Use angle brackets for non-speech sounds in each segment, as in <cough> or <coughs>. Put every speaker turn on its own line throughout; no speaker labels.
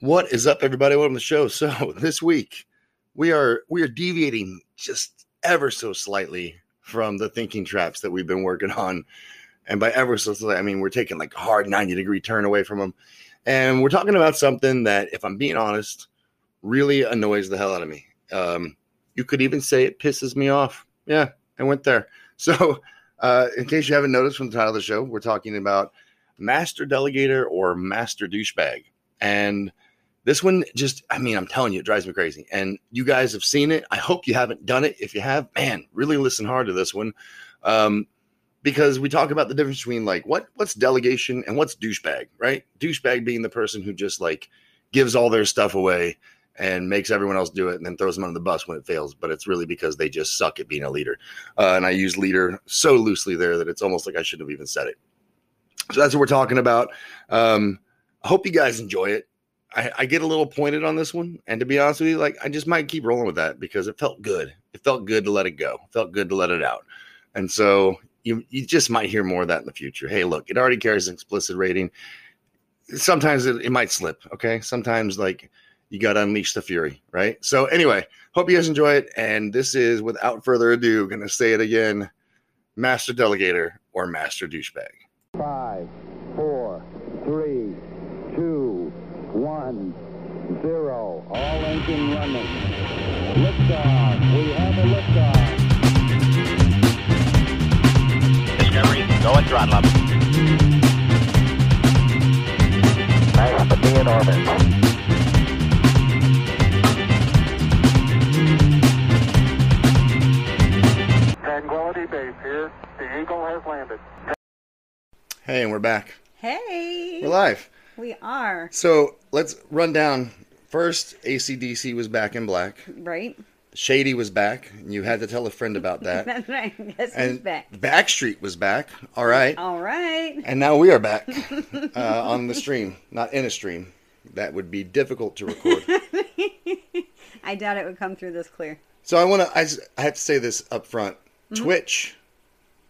What is up, everybody? Welcome to the show. So <laughs> this week we are we are deviating just ever so slightly from the thinking traps that we've been working on, and by ever so slightly, I mean we're taking like a hard ninety degree turn away from them, and we're talking about something that, if I'm being honest, really annoys the hell out of me. Um, you could even say it pisses me off. Yeah, I went there. <laughs> So, uh, in case you haven't noticed from the title of the show, we're talking about master delegator or master douchebag, and this one just i mean i'm telling you it drives me crazy and you guys have seen it i hope you haven't done it if you have man really listen hard to this one um, because we talk about the difference between like what what's delegation and what's douchebag right douchebag being the person who just like gives all their stuff away and makes everyone else do it and then throws them under the bus when it fails but it's really because they just suck at being a leader uh, and i use leader so loosely there that it's almost like i shouldn't have even said it so that's what we're talking about um, i hope you guys enjoy it I, I, get a little pointed on this one. And to be honest with you, like I just might keep rolling with that because it felt good. It felt good to let it go. It felt good to let it out. And so you you just might hear more of that in the future. Hey, look, it already carries an explicit rating. Sometimes it, it might slip. Okay. Sometimes like you gotta unleash the fury, right? So anyway, hope you guys enjoy it. And this is without further ado, gonna say it again. Master delegator or master douchebag.
Five, four, three, two one, zero. All engine running. Liftoff. We have a liftoff.
Discovery, go and throttle up.
Nice to be in orbit. Tranquility Base here. The Eagle has landed.
Hey, and we're back.
Hey.
We're live.
We are.
So let's run down. First, ACDC was back in black.
Right. <laughs>
Shady was back. and You had to tell a friend about <laughs> that.
That's right. Guess
and
who's back?
Backstreet was back. All right.
All right.
And now we are <laughs> back uh, on the stream, not in a stream. That would be difficult to record. <laughs>
I doubt it would come through this clear.
So I want to. I, I have to say this up front. Mm-hmm. Twitch,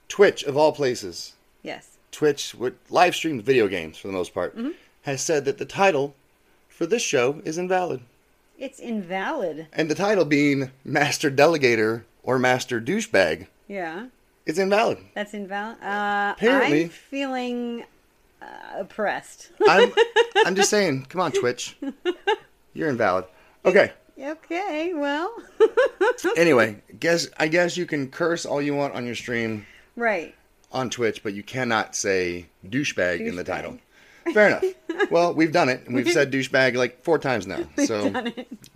Twitch of all places.
Yes.
Twitch would live stream video games for the most part. Mm-hmm has said that the title for this show is invalid.
It's invalid.
And the title being Master Delegator or Master Douchebag.
Yeah.
It's invalid.
That's invalid. Uh, Apparently, I'm feeling uh, oppressed. <laughs>
I'm, I'm just saying, come on, Twitch. You're invalid. Okay.
Okay, well. <laughs>
anyway, guess I guess you can curse all you want on your stream.
Right.
On Twitch, but you cannot say douchebag. douchebag. in the title. Fair enough. Well, we've done
<laughs>
it. And we've said douchebag like four times now. so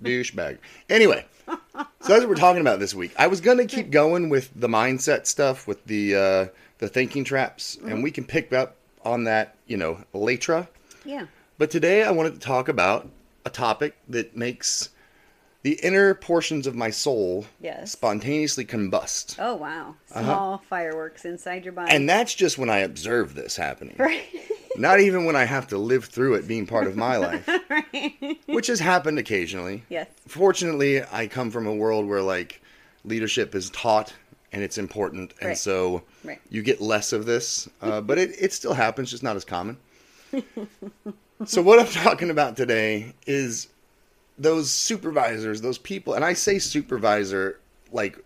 douchebag. Anyway, so that's what we're talking about this week. I was gonna keep going with the mindset stuff, with the uh, the thinking traps, mm-hmm.
Uh-huh.
and we can pick up on that, you know, later.
Yeah.
But today I wanted to talk about a topic that makes the inner portions of my soul
yes.
spontaneously combust.
Oh wow! Small uh-huh. fireworks inside your body.
And
<laughs>
that's just when I observe this happening.
Right.
Not even when I have to live through it being part of
<laughs>
my life, right. which has happened occasionally.
Yes.
Fortunately, I come from a world where like leadership is taught and it's important, and
right.
so
right.
you get less of this.
<laughs>
Uh, but it it still happens, just not as common. so what I'm talking about today is those supervisors, those people, and I say supervisor like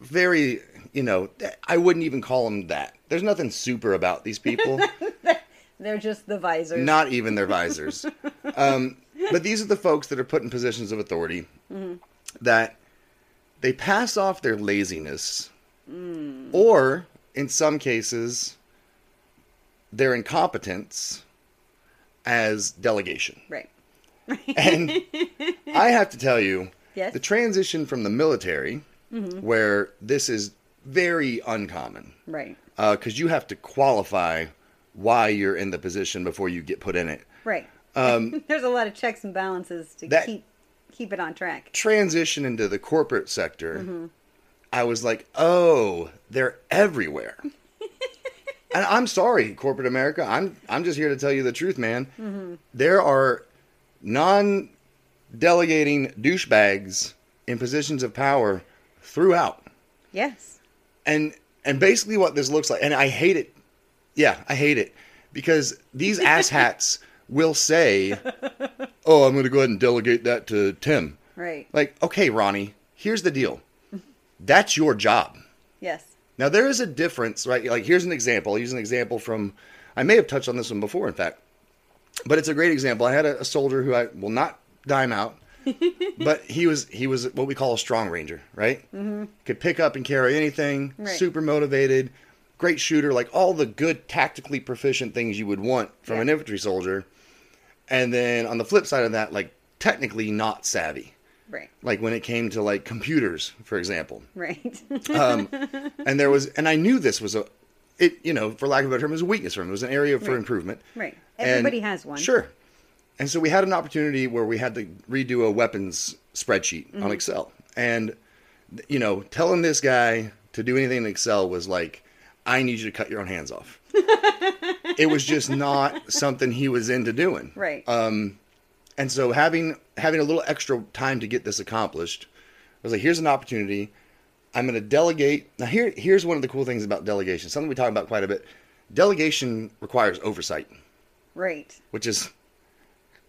very, you know, I wouldn't even call them that. There's nothing super about these people.
<laughs> They're just the visors.
Not even their <laughs> visors. um, but these are the folks that are put in positions of authority mm-hmm. that they pass off their laziness mm. or, in some cases, their incompetence as <laughs> delegation.
Right.
and I have to tell you,
yes?
the transition from the military, mm-hmm. where this is very uncommon,
right?
Because uh, you have to qualify why you're in the position before you get put in it,
right? Um, <laughs> There's a lot of checks and balances to keep keep it on track.
Transition into the corporate sector, mm-hmm. I was like, oh, they're <laughs> everywhere. and I'm sorry, corporate America. I'm I'm just here to tell you the truth, man. Mm-hmm. There are non delegating douchebags in positions of power throughout.
Yes.
And and basically what this looks like and I hate it. <laughs> Yeah, I hate it because these asshats will say oh, I'm going to go ahead and delegate that to Tim.
Right.
Like, okay, Ronnie, here's the deal. That's your job.
Yes.
Now there is a difference, right? Like here's an example. I'll use an example from I may have touched on this one before, in fact. But it's a great example. I had a, a soldier who I will not dime
<laughs>
out, but he was he was what we call a strong ranger, right? Mm-hmm. Could pick up and carry anything.
Right.
Super motivated, great shooter, like all the good tactically proficient things you would want from
Yeah.
an infantry soldier. And then on the flip side of that, like technically not savvy,
Right.
like when it came to like computers, for example
<laughs> Right.
um, and there was and i knew this was a it you know for lack of a better term it was a weakness for him it was an area for
Right.
improvement
right.
And-
Everybody has one.
sure and so we had an opportunity where we had to redo a weapons spreadsheet
Mm-hmm.
on excel and you know telling this guy to do anything in excel was like i need you to cut your own hands
<laughs>
off it was just not something he was into doing Um,
Right.
and so having having a little extra time to get this accomplished, I was like, here's an opportunity. I'm going to delegate. Now here here's one of the cool things about delegation. Something we talk about quite a bit. Delegation requires oversight,
right.
which is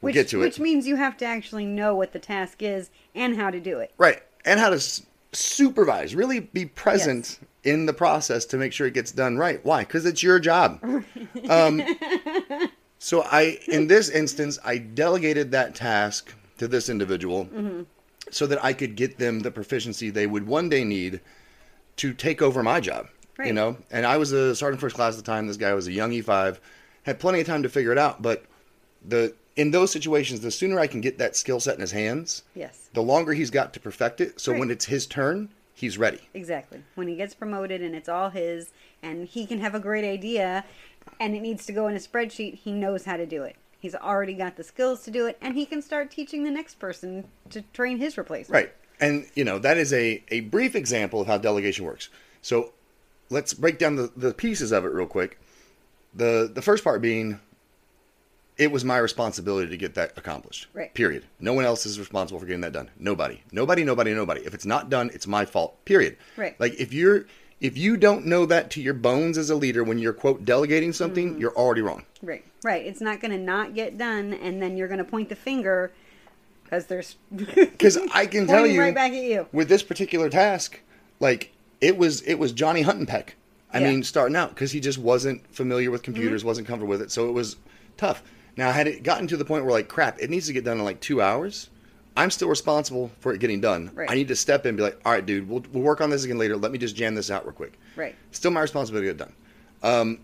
we'll
which,
get to
Which
it.
means you have to actually know what the task is and how to do it.
right. And how to s- supervise, really be present in the process to make sure it gets done right. Why? Cuz it's your job. um so I in this instance, I delegated that task to this individual. so that I could get them the proficiency they would one day need to take over my job. You
Right.
know, and I was a sergeant first class at the time. This guy was a young E5, had plenty of time to figure it out. But the in those situations, the sooner I can get that skill set in his hands,
Yes.
the longer he's got to perfect it. So
Right.
when it's his turn, he's ready.
Exactly. When he gets promoted and it's all his and he can have a great idea and it needs to go in a spreadsheet, he knows how to do it. He's already got the skills to do it and he can start teaching the next person to train his replacement.
Right. And, you know, that is a, a brief example of how delegation works. So let's break down the, the pieces of it real quick. The the first part being it was my responsibility to get that accomplished.
Right.
Period. No one else is responsible for getting that done. Nobody. Nobody, nobody, nobody. If it's not done, it's my fault. Period.
Right.
Like if you're if you don't know that to your bones as a leader when you're quote delegating something,
Mm.
you're already wrong.
Right. Right. It's not going to not get done and then you're going to point the finger cuz there's <laughs>
Because I can tell
Pointing
you,
right back at you.
with this particular task, like it was it was Johnny Huntenpeck. I
Yeah. Mm-hmm.
mean, starting out because he just wasn't familiar with computers, wasn't comfortable with it, so it was tough. Now, had it gotten to the point where like crap, it needs to get done in like two hours, I'm still responsible for it getting done.
Right.
I need to step in and be like, all right, dude, we'll we'll work on this again later. Let me just jam this out real quick.
Right.
Still my responsibility to get it done. Um,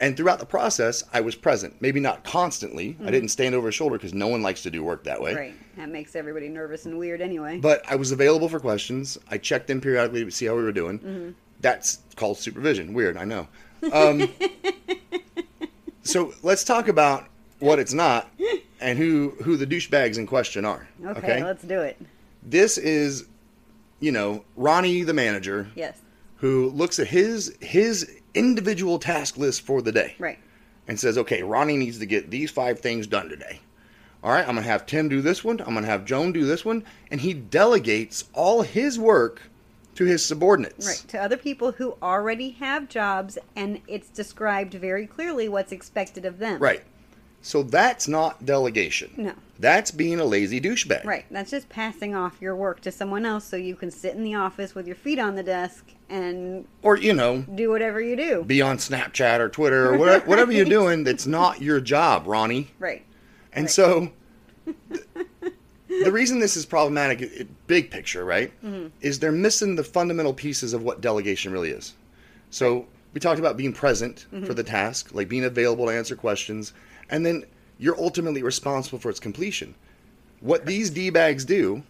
And throughout the process, I was present. Maybe not constantly. I didn't stand over his shoulder because no one likes to do work that way.
Mm-hmm. Right. That makes everybody nervous and weird anyway.
But I was available for questions. I checked in periodically to see how we were doing.
Mm-hmm.
That's called supervision. Weird, I know.
<laughs>
Um, so let's talk about what it's not and who who the douchebags in question are.
okay, let's do it.
This is, you know, Ronnie the manager
Yes.
who looks at his his individual task list for the day
Right.
and says, okay, Ronnie needs to get these five things done today. All right, I'm going to have Tim do this one. I'm going to have Joan do this one. And he delegates all his work to his subordinates.
Right, to other people who already have jobs, and it's described very clearly what's expected of them.
Right. So that's not delegation.
No.
That's being a lazy douchebag.
Right, that's just passing off your work to someone else so you can sit in the office with your feet on the desk and
Or, you know,
do whatever you do.
be on Snapchat or Twitter or whatever, whatever
<laughs>
you're doing that's not your job, Ronnie.
right,
And
Right.
so th- <laughs> the reason this is problematic, i- i- big picture, right,
Mm-hmm.
is they're missing the fundamental pieces of what delegation really is. So we talked about being present
Mm-hmm.
for the task, like being available to answer questions, and then you're ultimately responsible for its completion. What these D bags
<laughs>
do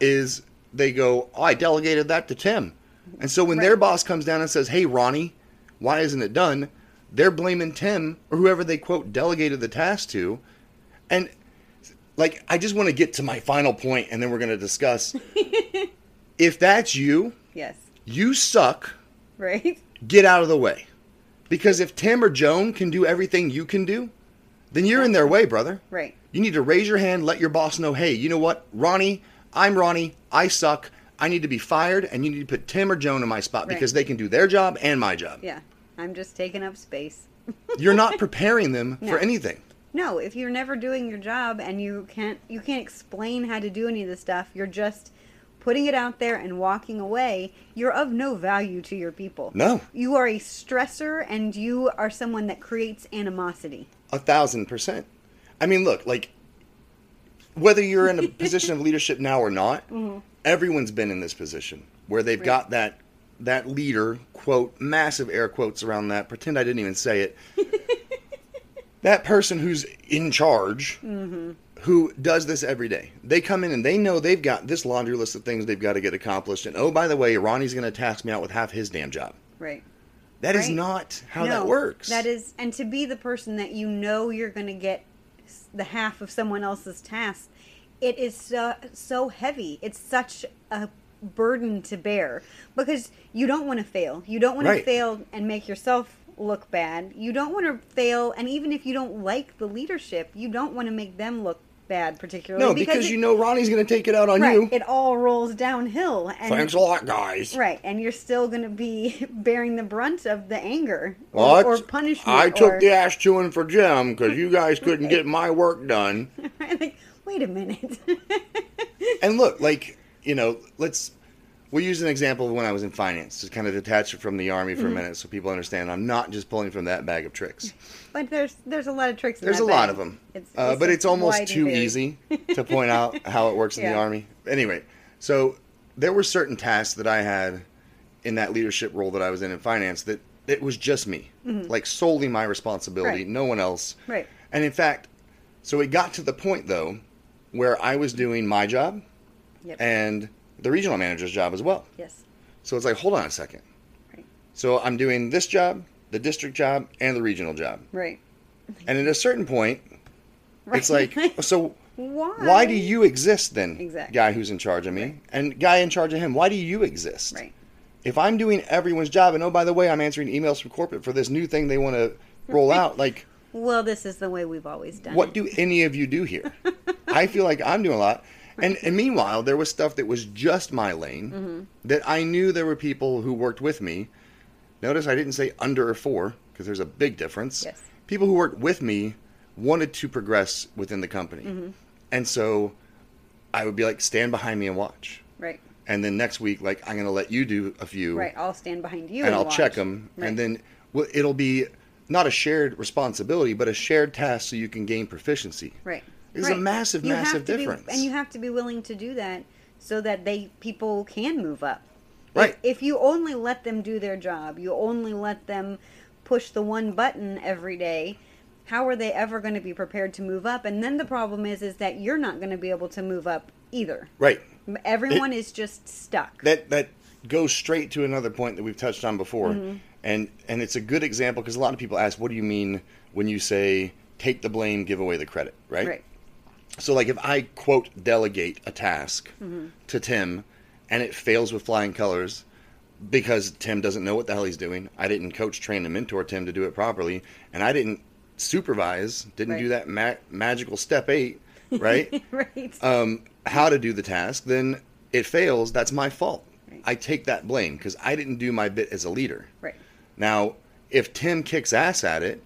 is they go, oh, I delegated that to Tim. And so when their
Right.
boss comes down and says, hey, Ronnie, why isn't it done? They're blaming Tim or whoever they quote delegated the task to. And like, I just want to get to my final point and then we're going to
<laughs>
discuss. if that's you,
yes, <laughs>
you suck
right,
get out of the way. Because if Tim or Joan can do everything you can do, then you're in their way, brother.
right,
You need to raise your hand, let your boss know, hey, you know what, Ronnie, I'm Ronnie, I suck, I need to be fired, and you need to put Tim or Joan in my spot
Right.
because they can do their job and my job.
yeah. I'm just taking up space.
You're not preparing them
<laughs> No.
for anything.
No, if you're never doing your job and you can't you can't explain how to do any of this stuff, you're just putting it out there and walking away, you're of no value to your people.
No,
You are a stressor and you are someone that creates animosity.
a thousand percent. I mean, look, like whether you're
<laughs>
in a position of leadership now or not,
Mm-hmm.
everyone's been in this position where they've got that that leader quote massive air quotes around that. Pretend I didn't even say
<laughs>
it. that person who's in charge.
Mm-hmm.
Who does this every day? They come in and they know they've got this laundry list of things they've got to get accomplished. And oh, by the way, Ronnie's going to task me out with half his damn job.
Right.
That is
Right.
not how
No,
that works.
That is, and to be the person that you know you're going to get s- the half of someone else's task, it is so, so heavy. It's such a burden to bear because you don't want to fail. You don't want
Right.
to fail and make yourself look bad. You don't want to fail, and even if you don't like the leadership, you don't want to make them look bad, particularly.
no, because,
it-
you know Ronnie's going to take it out on
right,
you.
it all rolls downhill. And
Thanks a lot, guys.
Right, and you're still going to be <laughs> bearing the brunt of the anger or,
What?
or punishment.
I
or,
took
<laughs>
the ass chewing for Jim because you guys couldn't get my work done.
like, wait a minute. <laughs>
And look, like you know, let's we'll use an example of when I was in finance to kind of detach it from the army for
Mm-hmm.
a minute, so people understand I'm not just pulling from that bag of tricks.
but there's there's a lot of tricks. In
There's
that
a lot
bag.
of them, uh, but
just
it's almost
wide
too
and varied. <laughs>
easy to point out how it works in the
Yeah.
army. Anyway, so there were certain tasks that I had in that leadership role that I was in in finance that it was just me, like solely my responsibility,
Mm-hmm. Right.
no one else.
Right.
And in fact, so it got to the point though where I was doing my job
Yep.
and the regional manager's job as well.
yes.
So it's like, hold on a second.
Right.
So I'm doing this job, the district job, and the regional job.
Right. <laughs>
And at a certain point,
right.
it's like,
<laughs>
so
why?
why do you exist then,
Exactly.
guy who's in charge of me? And guy in charge of him, why do you exist?
Right.
If I'm doing everyone's job, and oh, by the way, I'm answering emails from corporate for this new thing they want to
<laughs>
roll out, like,
Well, this is the way we've always done.
what
it.
do any of you do here? I feel like I'm doing a lot. And, and meanwhile, there was stuff that was just my lane
Mm-hmm.
that I knew there were people who worked with me. Notice I didn't say under or for because there's a big difference.
Yes.
People who worked with me wanted to progress within the company.
Mm-hmm.
And so I would be like, stand behind me and watch.
Right.
And then next week, like, I'm going to let you do a few
Right. I'll stand behind you.
and, I'll
watch.
check them,
Right.
and then well, it'll be not a shared responsibility, but a shared task, so you can gain proficiency.
Right.
It's
right.
a massive,
You have
massive
to be-
difference.
and you have to be willing to do that so that they people can move up.
Right.
If you only let them do their job, you only let them push the one button every day, how are they ever going to be prepared to move up? And then the problem is is that you're not going to be able to move up either.
right.
Everyone is just stuck.
That that goes straight to another point that we've touched on before,
Mm-hmm.
and and it's a good example because a lot of people ask, what do you mean when you say take the blame, give away the credit, right?
right.
So like if I quote delegate a task
Mm-hmm.
to Tim and it fails with flying colors because Tim doesn't know what the hell he's doing. I didn't coach, train and mentor Tim to do it properly and I didn't supervise, didn't
Right.
do that ma- magical step 8,
<laughs>
right?
right.
um how to do the task, then it fails, that's my fault.
Right.
I take that blame cuz I didn't do my bit as a leader.
right.
Now, if Tim kicks ass at it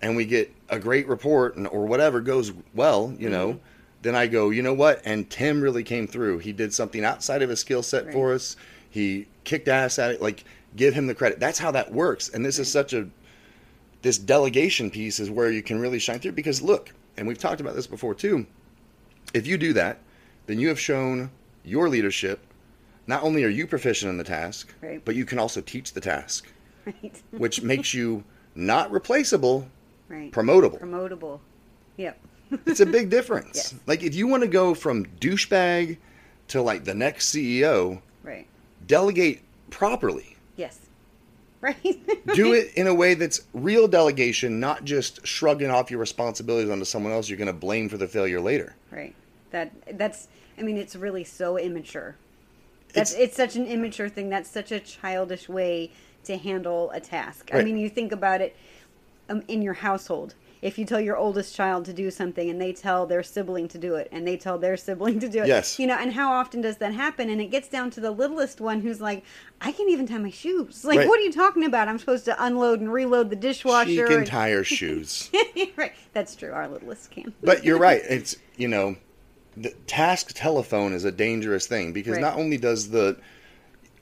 and we get a great report and, or whatever goes well, you know,
Mm-hmm.
then I go, you know what? And Tim really came through. He did something outside of his skill set
Right.
for us. He kicked ass at it. Like, give him the credit. That's how that works. And this is such a, this delegation piece is where you can really shine through because look, and we've talked about this before too. If you do that, then you have shown your leadership. Not only are you proficient in the task,
Right.
but you can also teach the task
Right.
which makes you not replaceable,
Right.
promotable.
Promotable. Yep.
It's a
<laughs>
big difference.
Yes.
Like if you want to go from douchebag to like the next CEO,
Right.
delegate properly.
Yes. <laughs> Right.
Do it in a way that's real delegation, not just shrugging off your responsibilities onto someone else you're going to blame for the failure later.
Right. That that's I mean it's really so immature. That's it's, such an immature thing. That's such a childish way to handle a task. I
Right.
mean, you think about it um, in your household. if you tell your oldest child to do something and they tell their sibling to do it and they tell their <laughs> sibling to do it.
Yes.
You know, and how often does that happen? And it gets down to the littlest one who's like, I can't even tie my shoes. Like,
Right.
what are you talking about? I'm supposed to unload and reload the dishwasher.
she can
<laughs> and-
tie her shoes.
right. That's true. Our littlest can.
but you're right. It's you know, the task telephone is a dangerous thing because
Right.
not only does the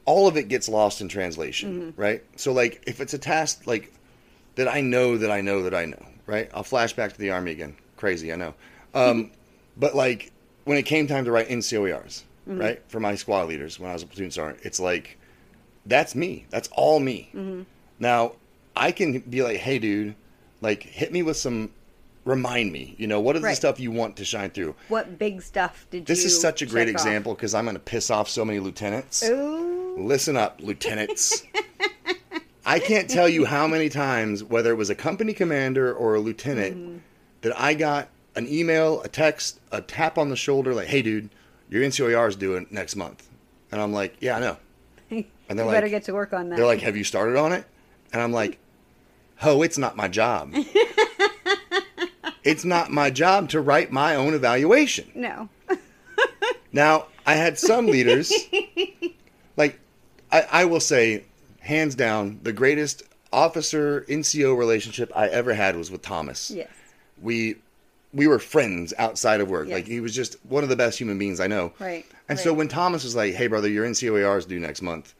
all of it gets lost in translation, right? So like if it's a task like that I know that I know that I know, right? I'll flash back to the army again. Crazy, I know. Um, but like when it came time to write NCOERs, E
Mm-hmm.
right, for my squad leaders when I was a platoon sergeant, it's like that's me. That's all me.
Mm-hmm.
Now I can be like, hey, dude, like hit me with some. Remind me, you know, what is the
Right.
stuff you want to shine through?
What big stuff did
This
you
is such a great
check off?
example because I'm going to piss off so many lieutenants.
Ooh.
Listen up, lieutenants. I can't tell you how many times, whether it was a company commander or a lieutenant, that I got an email, a text, a tap on the shoulder, like, "Hey, dude, your NCOER is due next month," and I'm like, "Yeah, I know." And
you
they're
better
like-
get to work on that.
They're like, "Have you started on it?" And I'm like, "Ho, it's not my job. it's not my job to write my own evaluation."
no. <laughs>
Now, I had some leaders, like, I, I will say, hands down, the greatest officer NCO relationship I ever had was with Thomas.
yes.
We we were friends outside of work.
Yes.
Like he was just one of the best human beings I know.
Right,
And so
right.
when Thomas was like, "Hey brother, your NCOAR is due next month.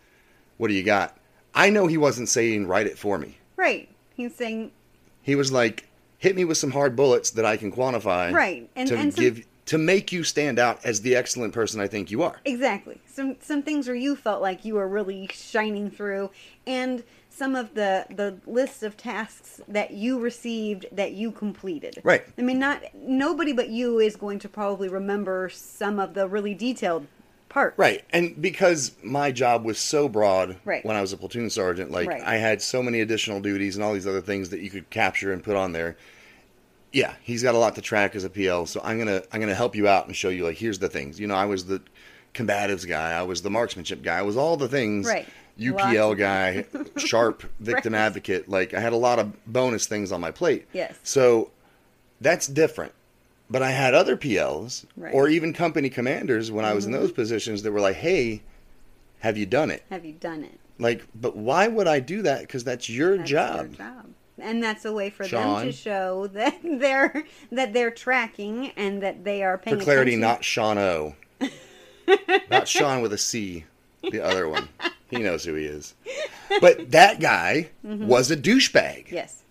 What do you got?" I know he wasn't saying write it for me.
Right. He's saying
He was like, "Hit me with some hard bullets that I can quantify."
Right, and-
to
and some-
give to make you stand out as the excellent person I think you are.
Exactly. Some some things where you felt like you were really shining through and some of the the lists of tasks that you received that you completed.
Right.
I mean not nobody but you is going to probably remember some of the really detailed parts.
Right. And because my job was so broad
Right.
when I was a platoon sergeant, like
Right.
I had so many additional duties and all these other things that you could capture and put on there. Yeah, he's got a lot to track as a PL, so I'm gonna I'm gonna help you out and show you like here's the things. You know, I was the combatives guy, I was the marksmanship guy, I was all the things
Right.
UPL
Lots of-
guy, <laughs>
<laughs>
sharp victim
Right.
advocate. Like I had a lot of bonus things on my plate.
Yes.
So that's different. But I had other PLs
Right. Mm-hmm.
or even company commanders when I was in those positions that were like, "Hey, have you done it?"
Have you done it?
Like, but why would I do that? Because that's your
That's their
job.
job. And that's a way for them
Sean.
to show <laughs> that they're that they're tracking and that they are
For
paying
clarity,
attention.
not Sean
<laughs>
O. not Sean with a C. The other one. He knows who he is. But that guy
Mm-hmm.
was a douchebag.
Yes.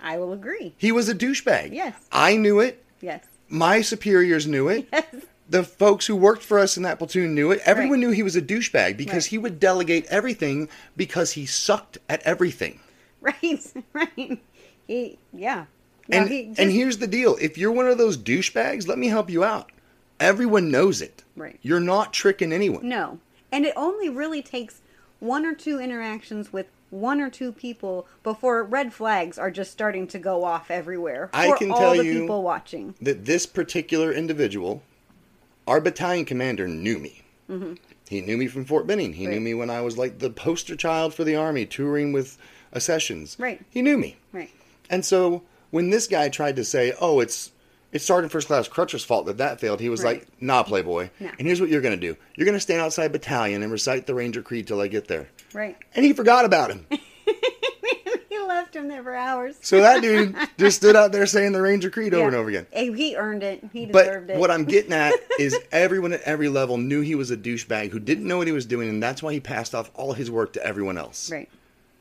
I will agree.
He was a douchebag.
Yes.
I knew it.
Yes. <laughs>
My superiors knew it.
Yes.
the folks who worked for us in that platoon knew it. Everyone
Right.
knew he was a douchebag because
Right.
he would delegate everything because he sucked at everything.
Right, <laughs> right. He, yeah. Well,
And
he just-
and here's the deal: if you're one of those douchebags, let me help you out. Everyone knows it.
Right.
You're not tricking anyone.
no, and it only really takes one or two interactions with one or two people before red flags are just starting to go off everywhere for
I can
all
tell
the
you-
people watching.
That this particular individual, our battalion commander, knew me. He knew me from Fort Benning. He knew
Mm-hmm. Right.
me when I was like the poster child for the army, touring with accessions.
Right.
He knew me.
Right,
And so when this guy tried to say, "Oh, it's it's Sergeant First Class Crutcher's fault that that failed," he was
Right.
like, "Nah, Playboy.
No.
And here's what you're gonna do: you're gonna stand outside battalion and recite the Ranger Creed till I get there."
right.
And he forgot about him.
he left him there for hours.
So that
<laughs>
dude just stood out there saying the Ranger Creed over
Yeah.
and over again.
Eh, He earned it. He
But
deserved it.
what I'm
<laughs>
getting at is everyone at every level knew he was a douchebag who didn't know what he was doing, and that's why he passed off all his work to everyone else.
Right.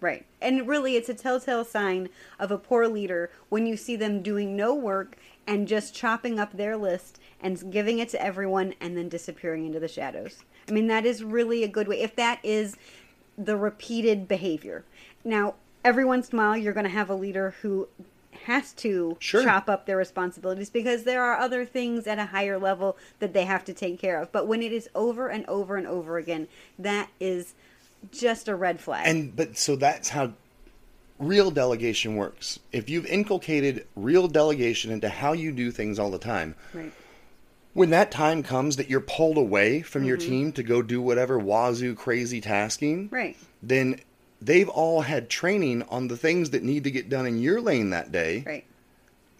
Right. And really, it's a telltale sign of a poor leader when you see them doing no work and just chopping up their list and giving it to everyone and then disappearing into the shadows. I mean, that is really a good way. If that is the repeated behavior. Now, every once in a while, you're going to have a leader who has to
Sure.
chop up their responsibilities because there are other things at a higher level that they have to take care of. But when it is over and over and over again, that is just a red flag.
And but so that's how real delegation works. If you've inculcated real delegation into how you do things all the time,
right.
when that time comes that you're pulled away from your
Mm-hmm.
team to go do whatever wazoo crazy tasking,
Right.
then they've all had training on the things that need to get done in your lane that day.
Right.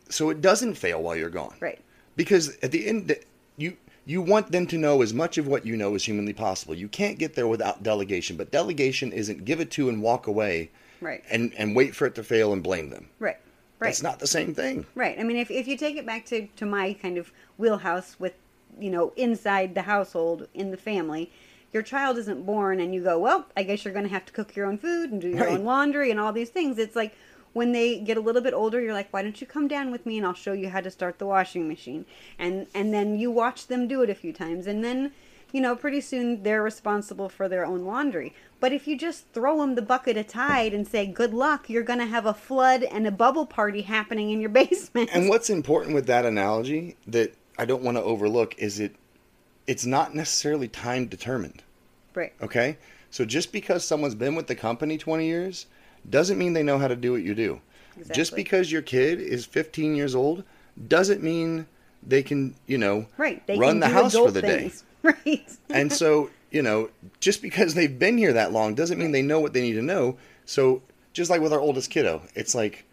so it doesn't fail while you're gone.
Right.
Because at the end, you you want them to know as much of what you know as humanly possible. You can't get there without delegation, but delegation isn't give it to and walk away,
Right.
and and wait for it to fail and blame them.
Right. Right.
That's not the same thing.
Right. I mean, if, if you take it back to, to my kind of wheelhouse with, you know, inside the household, in the family, your child isn't born and you go, well, I guess you're going to have to cook your own food and do your
Right.
own laundry and all these things. It's like when they get a little bit older, you're like, why don't you come down with me and I'll show you how to start the washing machine? And, and then you watch them do it a few times. And then, you know, pretty soon they're responsible for their own laundry. But if you just throw them the bucket of tide and say, good luck, you're going to have a flood and a bubble party happening in your <laughs> basement.
And what's important with that analogy that I don't want to overlook is it it's not necessarily time determined.
Right.
Okay? So just because someone's been with the company 20 years doesn't mean they know how to do what you do. Just
Exactly.
because your kid is 15 years old doesn't mean they can, you know,
Right. They
run
can
the
do
house for
adult
the
things. <laughs> Right.
day. and so, you know, just because they've been here that long doesn't mean they know what they need to know. So, just like with our oldest kiddo, it's like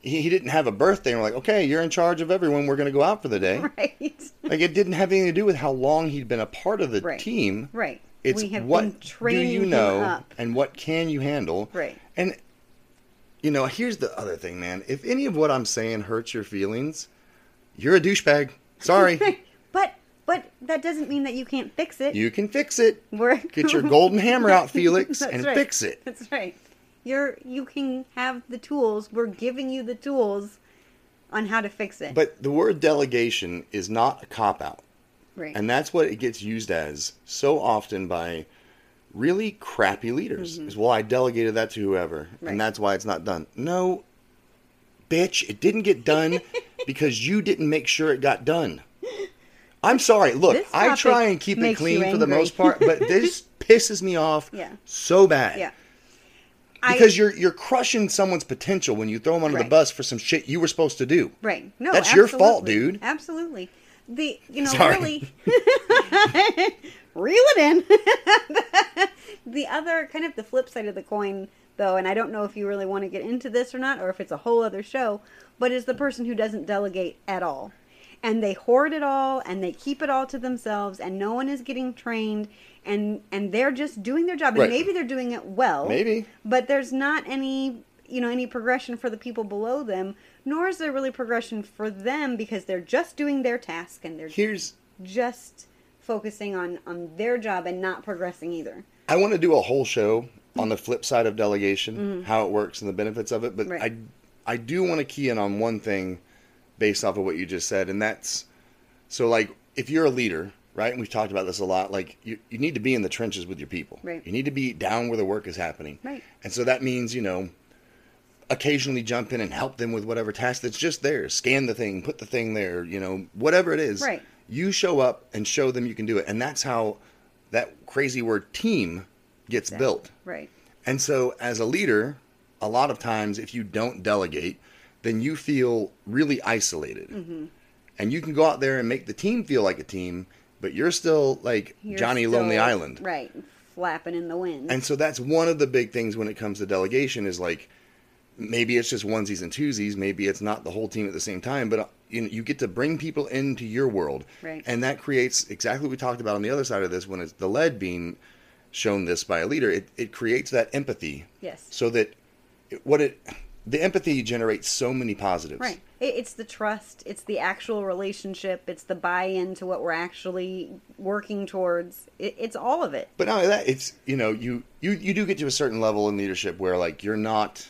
he, he didn't have a birthday and we're like, "Okay, you're in charge of everyone. We're going to go out for the day."
right.
Like it didn't have anything to do with how long he'd been a part of the
Right.
team.
Right.
It's
we have
what
been
do
training
you
him
know
up.
and what can you handle?
Right.
And you know, here's the other thing, man. If any of what I'm saying hurts your feelings, you're a douchebag.
<laughs>
Sorry.
But but that doesn't mean that you can't fix it.
you can fix it.
We're-
<laughs> Get your golden hammer out, Felix,
<laughs> That's
and
right.
fix it.
That's right. You're you can have the tools. We're giving you the tools on how to fix it.
But the word delegation is not a cop out.
right.
And that's what it gets used as so often by really crappy leaders. Is well, I delegated that to whoever,
Mm-hmm. Right.
and that's why it's not done. No, bitch, it didn't get
<laughs>
done because you didn't make sure it got done. I'm sorry. Look,
This
I
topic
try and keep it
makes you
clean for the
angry.
most part,
<laughs>
but this pisses me off
Yeah.
so bad.
yeah.
Because you're you're crushing someone's potential when you throw them under the
Right.
bus for some shit you were supposed to do.
Right. No,
That's your fault,
absolutely.
dude.
Absolutely. The you know
Sorry. <laughs>
really reel it in. <laughs> the other kind of the flip side of the coin though, and I don't know if you really want to get into this or not or if it's a whole other show, but is the person who doesn't delegate at all. And they hoard it all and they keep it all to themselves and no one is getting trained and and they're just doing their job and
Right.
maybe they're doing it well
Maybe.
but there's not any you know any progression for the people below them nor is there really progression for them because they're just doing their task and they're
Here's
just focusing on on their job and not progressing either
I want to do a whole show on the flip side of delegation, how it works and the benefits of it, but
Mm-hmm. Right.
I I do want to key in on one thing based off of what you just said and that's so like if you're a leader, right? And we've talked about this a lot, like you, you need to be in the trenches with your people.
Right.
You need to be down where the work is happening.
Right.
And so that means, you know, occasionally jump in and help them with whatever task that's just theirs. Scan the thing, put the thing there, you know, whatever it is.
Right.
You show up and show them you can do it. And that's how that crazy word team gets built.
right
And so as a leader, a lot of times if you don't delegate, then you feel really isolated.
Mm-hmm.
And you can go out there and make the team feel like a team, but you're still like
You're
Johnny
still-
Lonely Island.
right flapping in the wind
And so that's one of the big things when it comes to delegation is like maybe it's just onesies and twosies, maybe it's not the whole team at the same time, but uh, you know, you get to bring people into your world.
Right.
And that creates exactly what we talked about on the other side of this when it's the lead being shown this by a leader, it, it creates that empathy.
Yes.
So that it, what it the empathy generates so many positives.
right it, it's the trust it's the actual relationship it's the buy-in to what we're actually working towards it, it's all of it
But not only that, it's you know, you, you you do get to a certain level in leadership where like you're not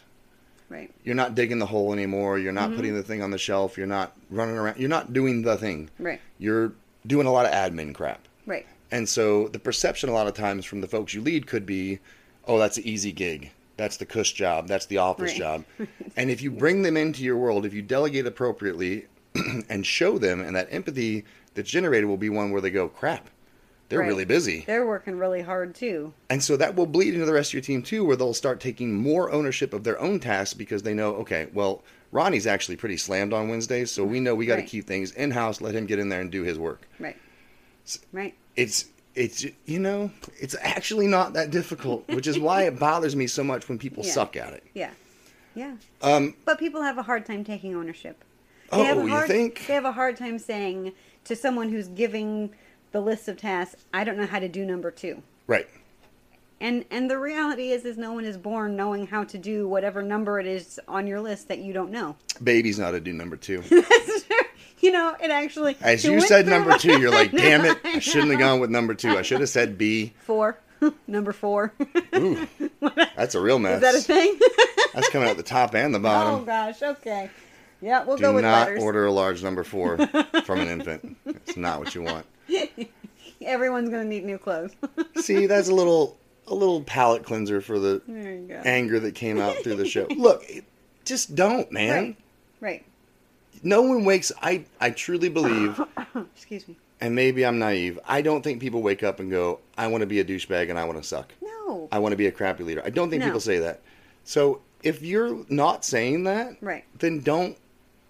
right
you're not digging the hole anymore. You're
Mm-hmm.
not putting the thing on the shelf. You're not running around. You're not doing the thing.
Right.
You're doing a lot of admin crap.
right
And so the perception a lot of times from the folks you lead could be, oh, that's an easy gig. That's the cush job. That's the office
Right. <laughs>
job. and if you bring them into your world, if you delegate appropriately <clears throat> and show them, and that empathy that's generated will be one where they go, crap, they're
Right.
really busy.
they're working really hard too
And so that will bleed into the rest of your team too, where they'll start taking more ownership of their own tasks because they know, okay, well, Ronnie's actually pretty slammed on Wednesdays, so we know we got to
Right.
keep things in house. Let him get in there and do his work.
right right
It's it's you know, it's actually not that difficult, which is why it bothers me so much when people
Yeah.
suck at it.
Yeah. Yeah.
Um,
But people have a hard time taking ownership. They have a
Oh, you
hard-
think?
They have a hard time saying to someone who's giving the list of tasks, I don't know how to do number two.
Right.
And and the reality is is no one is born knowing how to do whatever number it is on your list that you don't know. <laughs>
Baby's not a do number two.
you know, it actually
As
it
you
went
said
through
number
my-
two, you're like, damn it,
<laughs> I
I shouldn't have gone with number two. I should have said B.
<laughs> four. <laughs> number four. <laughs>
Ooh, that's a real mess.
is that a thing? <laughs>
That's coming out the top and the
oh
bottom.
gosh, okay. Yeah, we'll go
Do
with
not
letters.
order a large number four from an infant. It's not what you
<laughs>
want.
<laughs> Everyone's gonna need new clothes. <laughs>
See, that's a little a little palate cleanser for the
there you go.
anger that came out through the show. Look, just don't, man.
Right. Right. <coughs>
No one wakes. I I truly believe,
Excuse me.
and maybe I'm naive. I don't think people wake up and go, "I want to be a douchebag and I want to suck.
No.
I want to be a crappy leader." I don't think
No.
people say that. So if you're not saying that,
Right.
then don't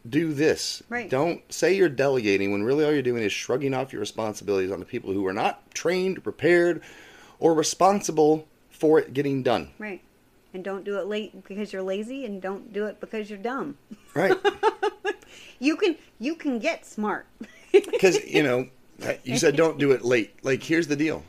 do this.
Right.
Don't say you're delegating when really all you're doing is shrugging off your responsibilities on the people who are not trained, prepared, or responsible for it getting done.
Right. And don't do it late because you're lazy and don't do it because you're dumb. <laughs>
Right.
You can you can get smart. <laughs>
Because, you know, you said don't do it late. Like, here's the deal.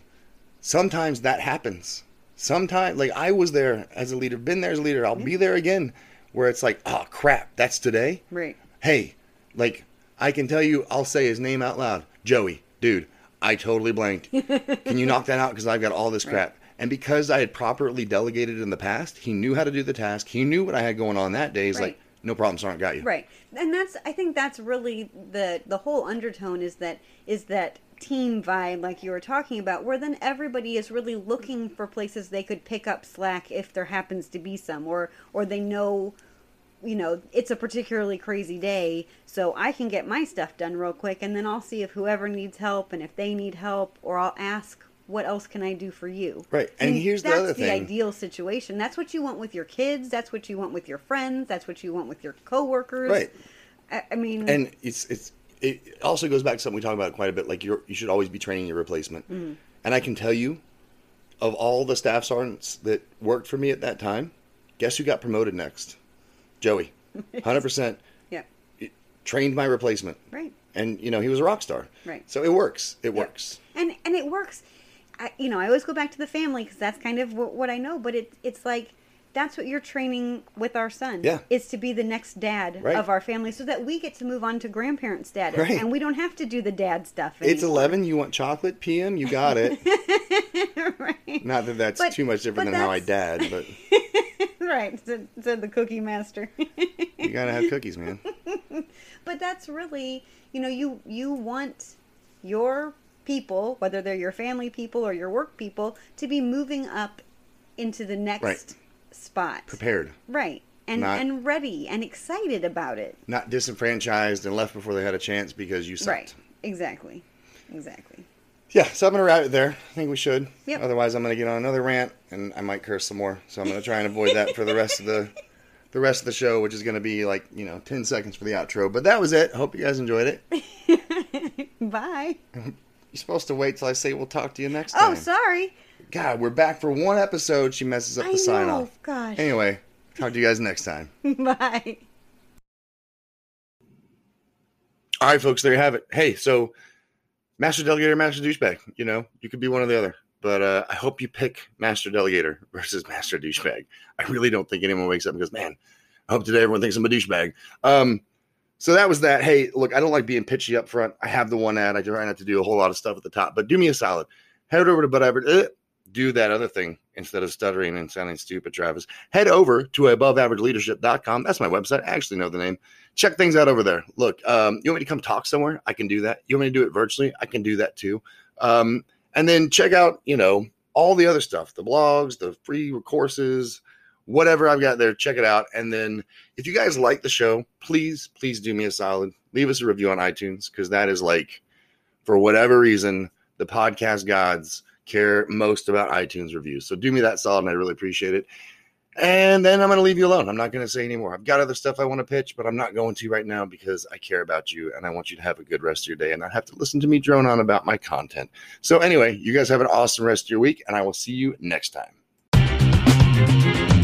Sometimes that happens. Sometimes, like, I was there as a leader, been there as a leader, I'll be there again, where it's like, oh, crap, that's today.
right.
Hey, like, I can tell you, I'll say his name out loud Joey, dude, I totally blanked.
<laughs>
Can you knock that out? Because I've got all this crap. And because I had properly delegated in the past, he knew how to do the task. He knew what I had going on that day. He's
Right.
like, no problem, Sergeant, got you.
Right. And that's I think that's really the the whole undertone is that is that team vibe like you were talking about where then everybody is really looking for places they could pick up slack if there happens to be some or or they know you know it's a particularly crazy day so i can get my stuff done real quick and then i'll see if whoever needs help and if they need help or i'll ask what else can i do for you
Right.
I
And
mean,
here's the
that's
other
the
thing.
ideal situation that's what you want with your kids that's what you want with your friends that's what you want with your coworkers
Right.
I, I mean,
and it's it's it also goes back to something we talk about quite a bit. Like you, you should always be training your replacement.
Mm-hmm.
And I can tell you, of all the staff sergeants that worked for me at that time, guess who got promoted next?
<laughs>
Joey, hundred percent
yeah,
trained my replacement.
Right.
And you know he was a rock star.
Right.
So it works. It
Yeah.
works.
and and it works. I, you know, I always go back to the family because that's kind of what, what I know. But it it's like that's what you're training with our son.
Yeah.
is to be the next dad
Right.
of our family, so that we get to move on to grandparent status,
Right.
and we don't have to do the dad stuff.
It's
anymore.
eleven. You want chocolate? PM? You got
<laughs>
it.
right,
Not that that's
But-
too much different
but
than how I dad, but
right. Said, said the cookie master. <laughs>
you gotta have cookies, man.
but that's really you know you you want your people whether they're your family people or your work people to be moving up into the next
Right.
spot
Prepared.
right and
Not-
and ready and excited about it
Not disenfranchised and left before they had a chance because you sucked.
right exactly
<laughs>
exactly <laughs>
Yeah, so I'm gonna wrap it there. I think we should.
Yep.
Otherwise, I'm gonna get on another rant, and I might curse some more. So I'm gonna try and avoid that for the rest of the
<laughs>
the rest of the show, which is gonna be like you know 10 seconds for the outro. But that was it. Hope you guys enjoyed it. You're
bye
supposed to wait till I say we'll talk to you next time.
oh sorry
God, we're back for one episode. She messes up
I
the sign
know,
off.
gosh.
Anyway, talk to you guys next time.
<laughs> bye
All right, folks, there you have it. Hey, so master delegator, master douchebag. You know, you could be one or the other, but uh, I hope you pick master delegator <laughs> versus master douchebag. I really don't think anyone wakes up and goes, "Man, I hope today everyone thinks I'm a douchebag." Um, so that was that. Hey, look, I don't like being pitchy up front. I have the one ad. I try not to do a whole lot of stuff at the top, but do me a solid. Head over to Bud Average. eh, do that other thing instead of stuttering and sounding stupid, Travis. Head over to aboveaverageleadership.com. That's my website. I actually know the name check things out over there. Look, um, you want me to come talk somewhere? I can do that. You want me to do it virtually? I can do that too. Um, and then check out, you know, all the other stuff, the blogs, the free courses, whatever I've got there, check it out. And then if you guys like the show, please, please do me a solid. Leave us a review on iTunes because that is like, for whatever reason, the podcast gods care most about iTunes reviews. So do me that solid and I really appreciate it. And then I'm going to leave you alone. I'm not going to say anymore. I've got other stuff I want to pitch, but I'm not going to right now because I care about you and I want you to have a good rest of your day and not have to listen to me drone on about my content. So, anyway, you guys have an awesome rest of your week, and I will see you next time.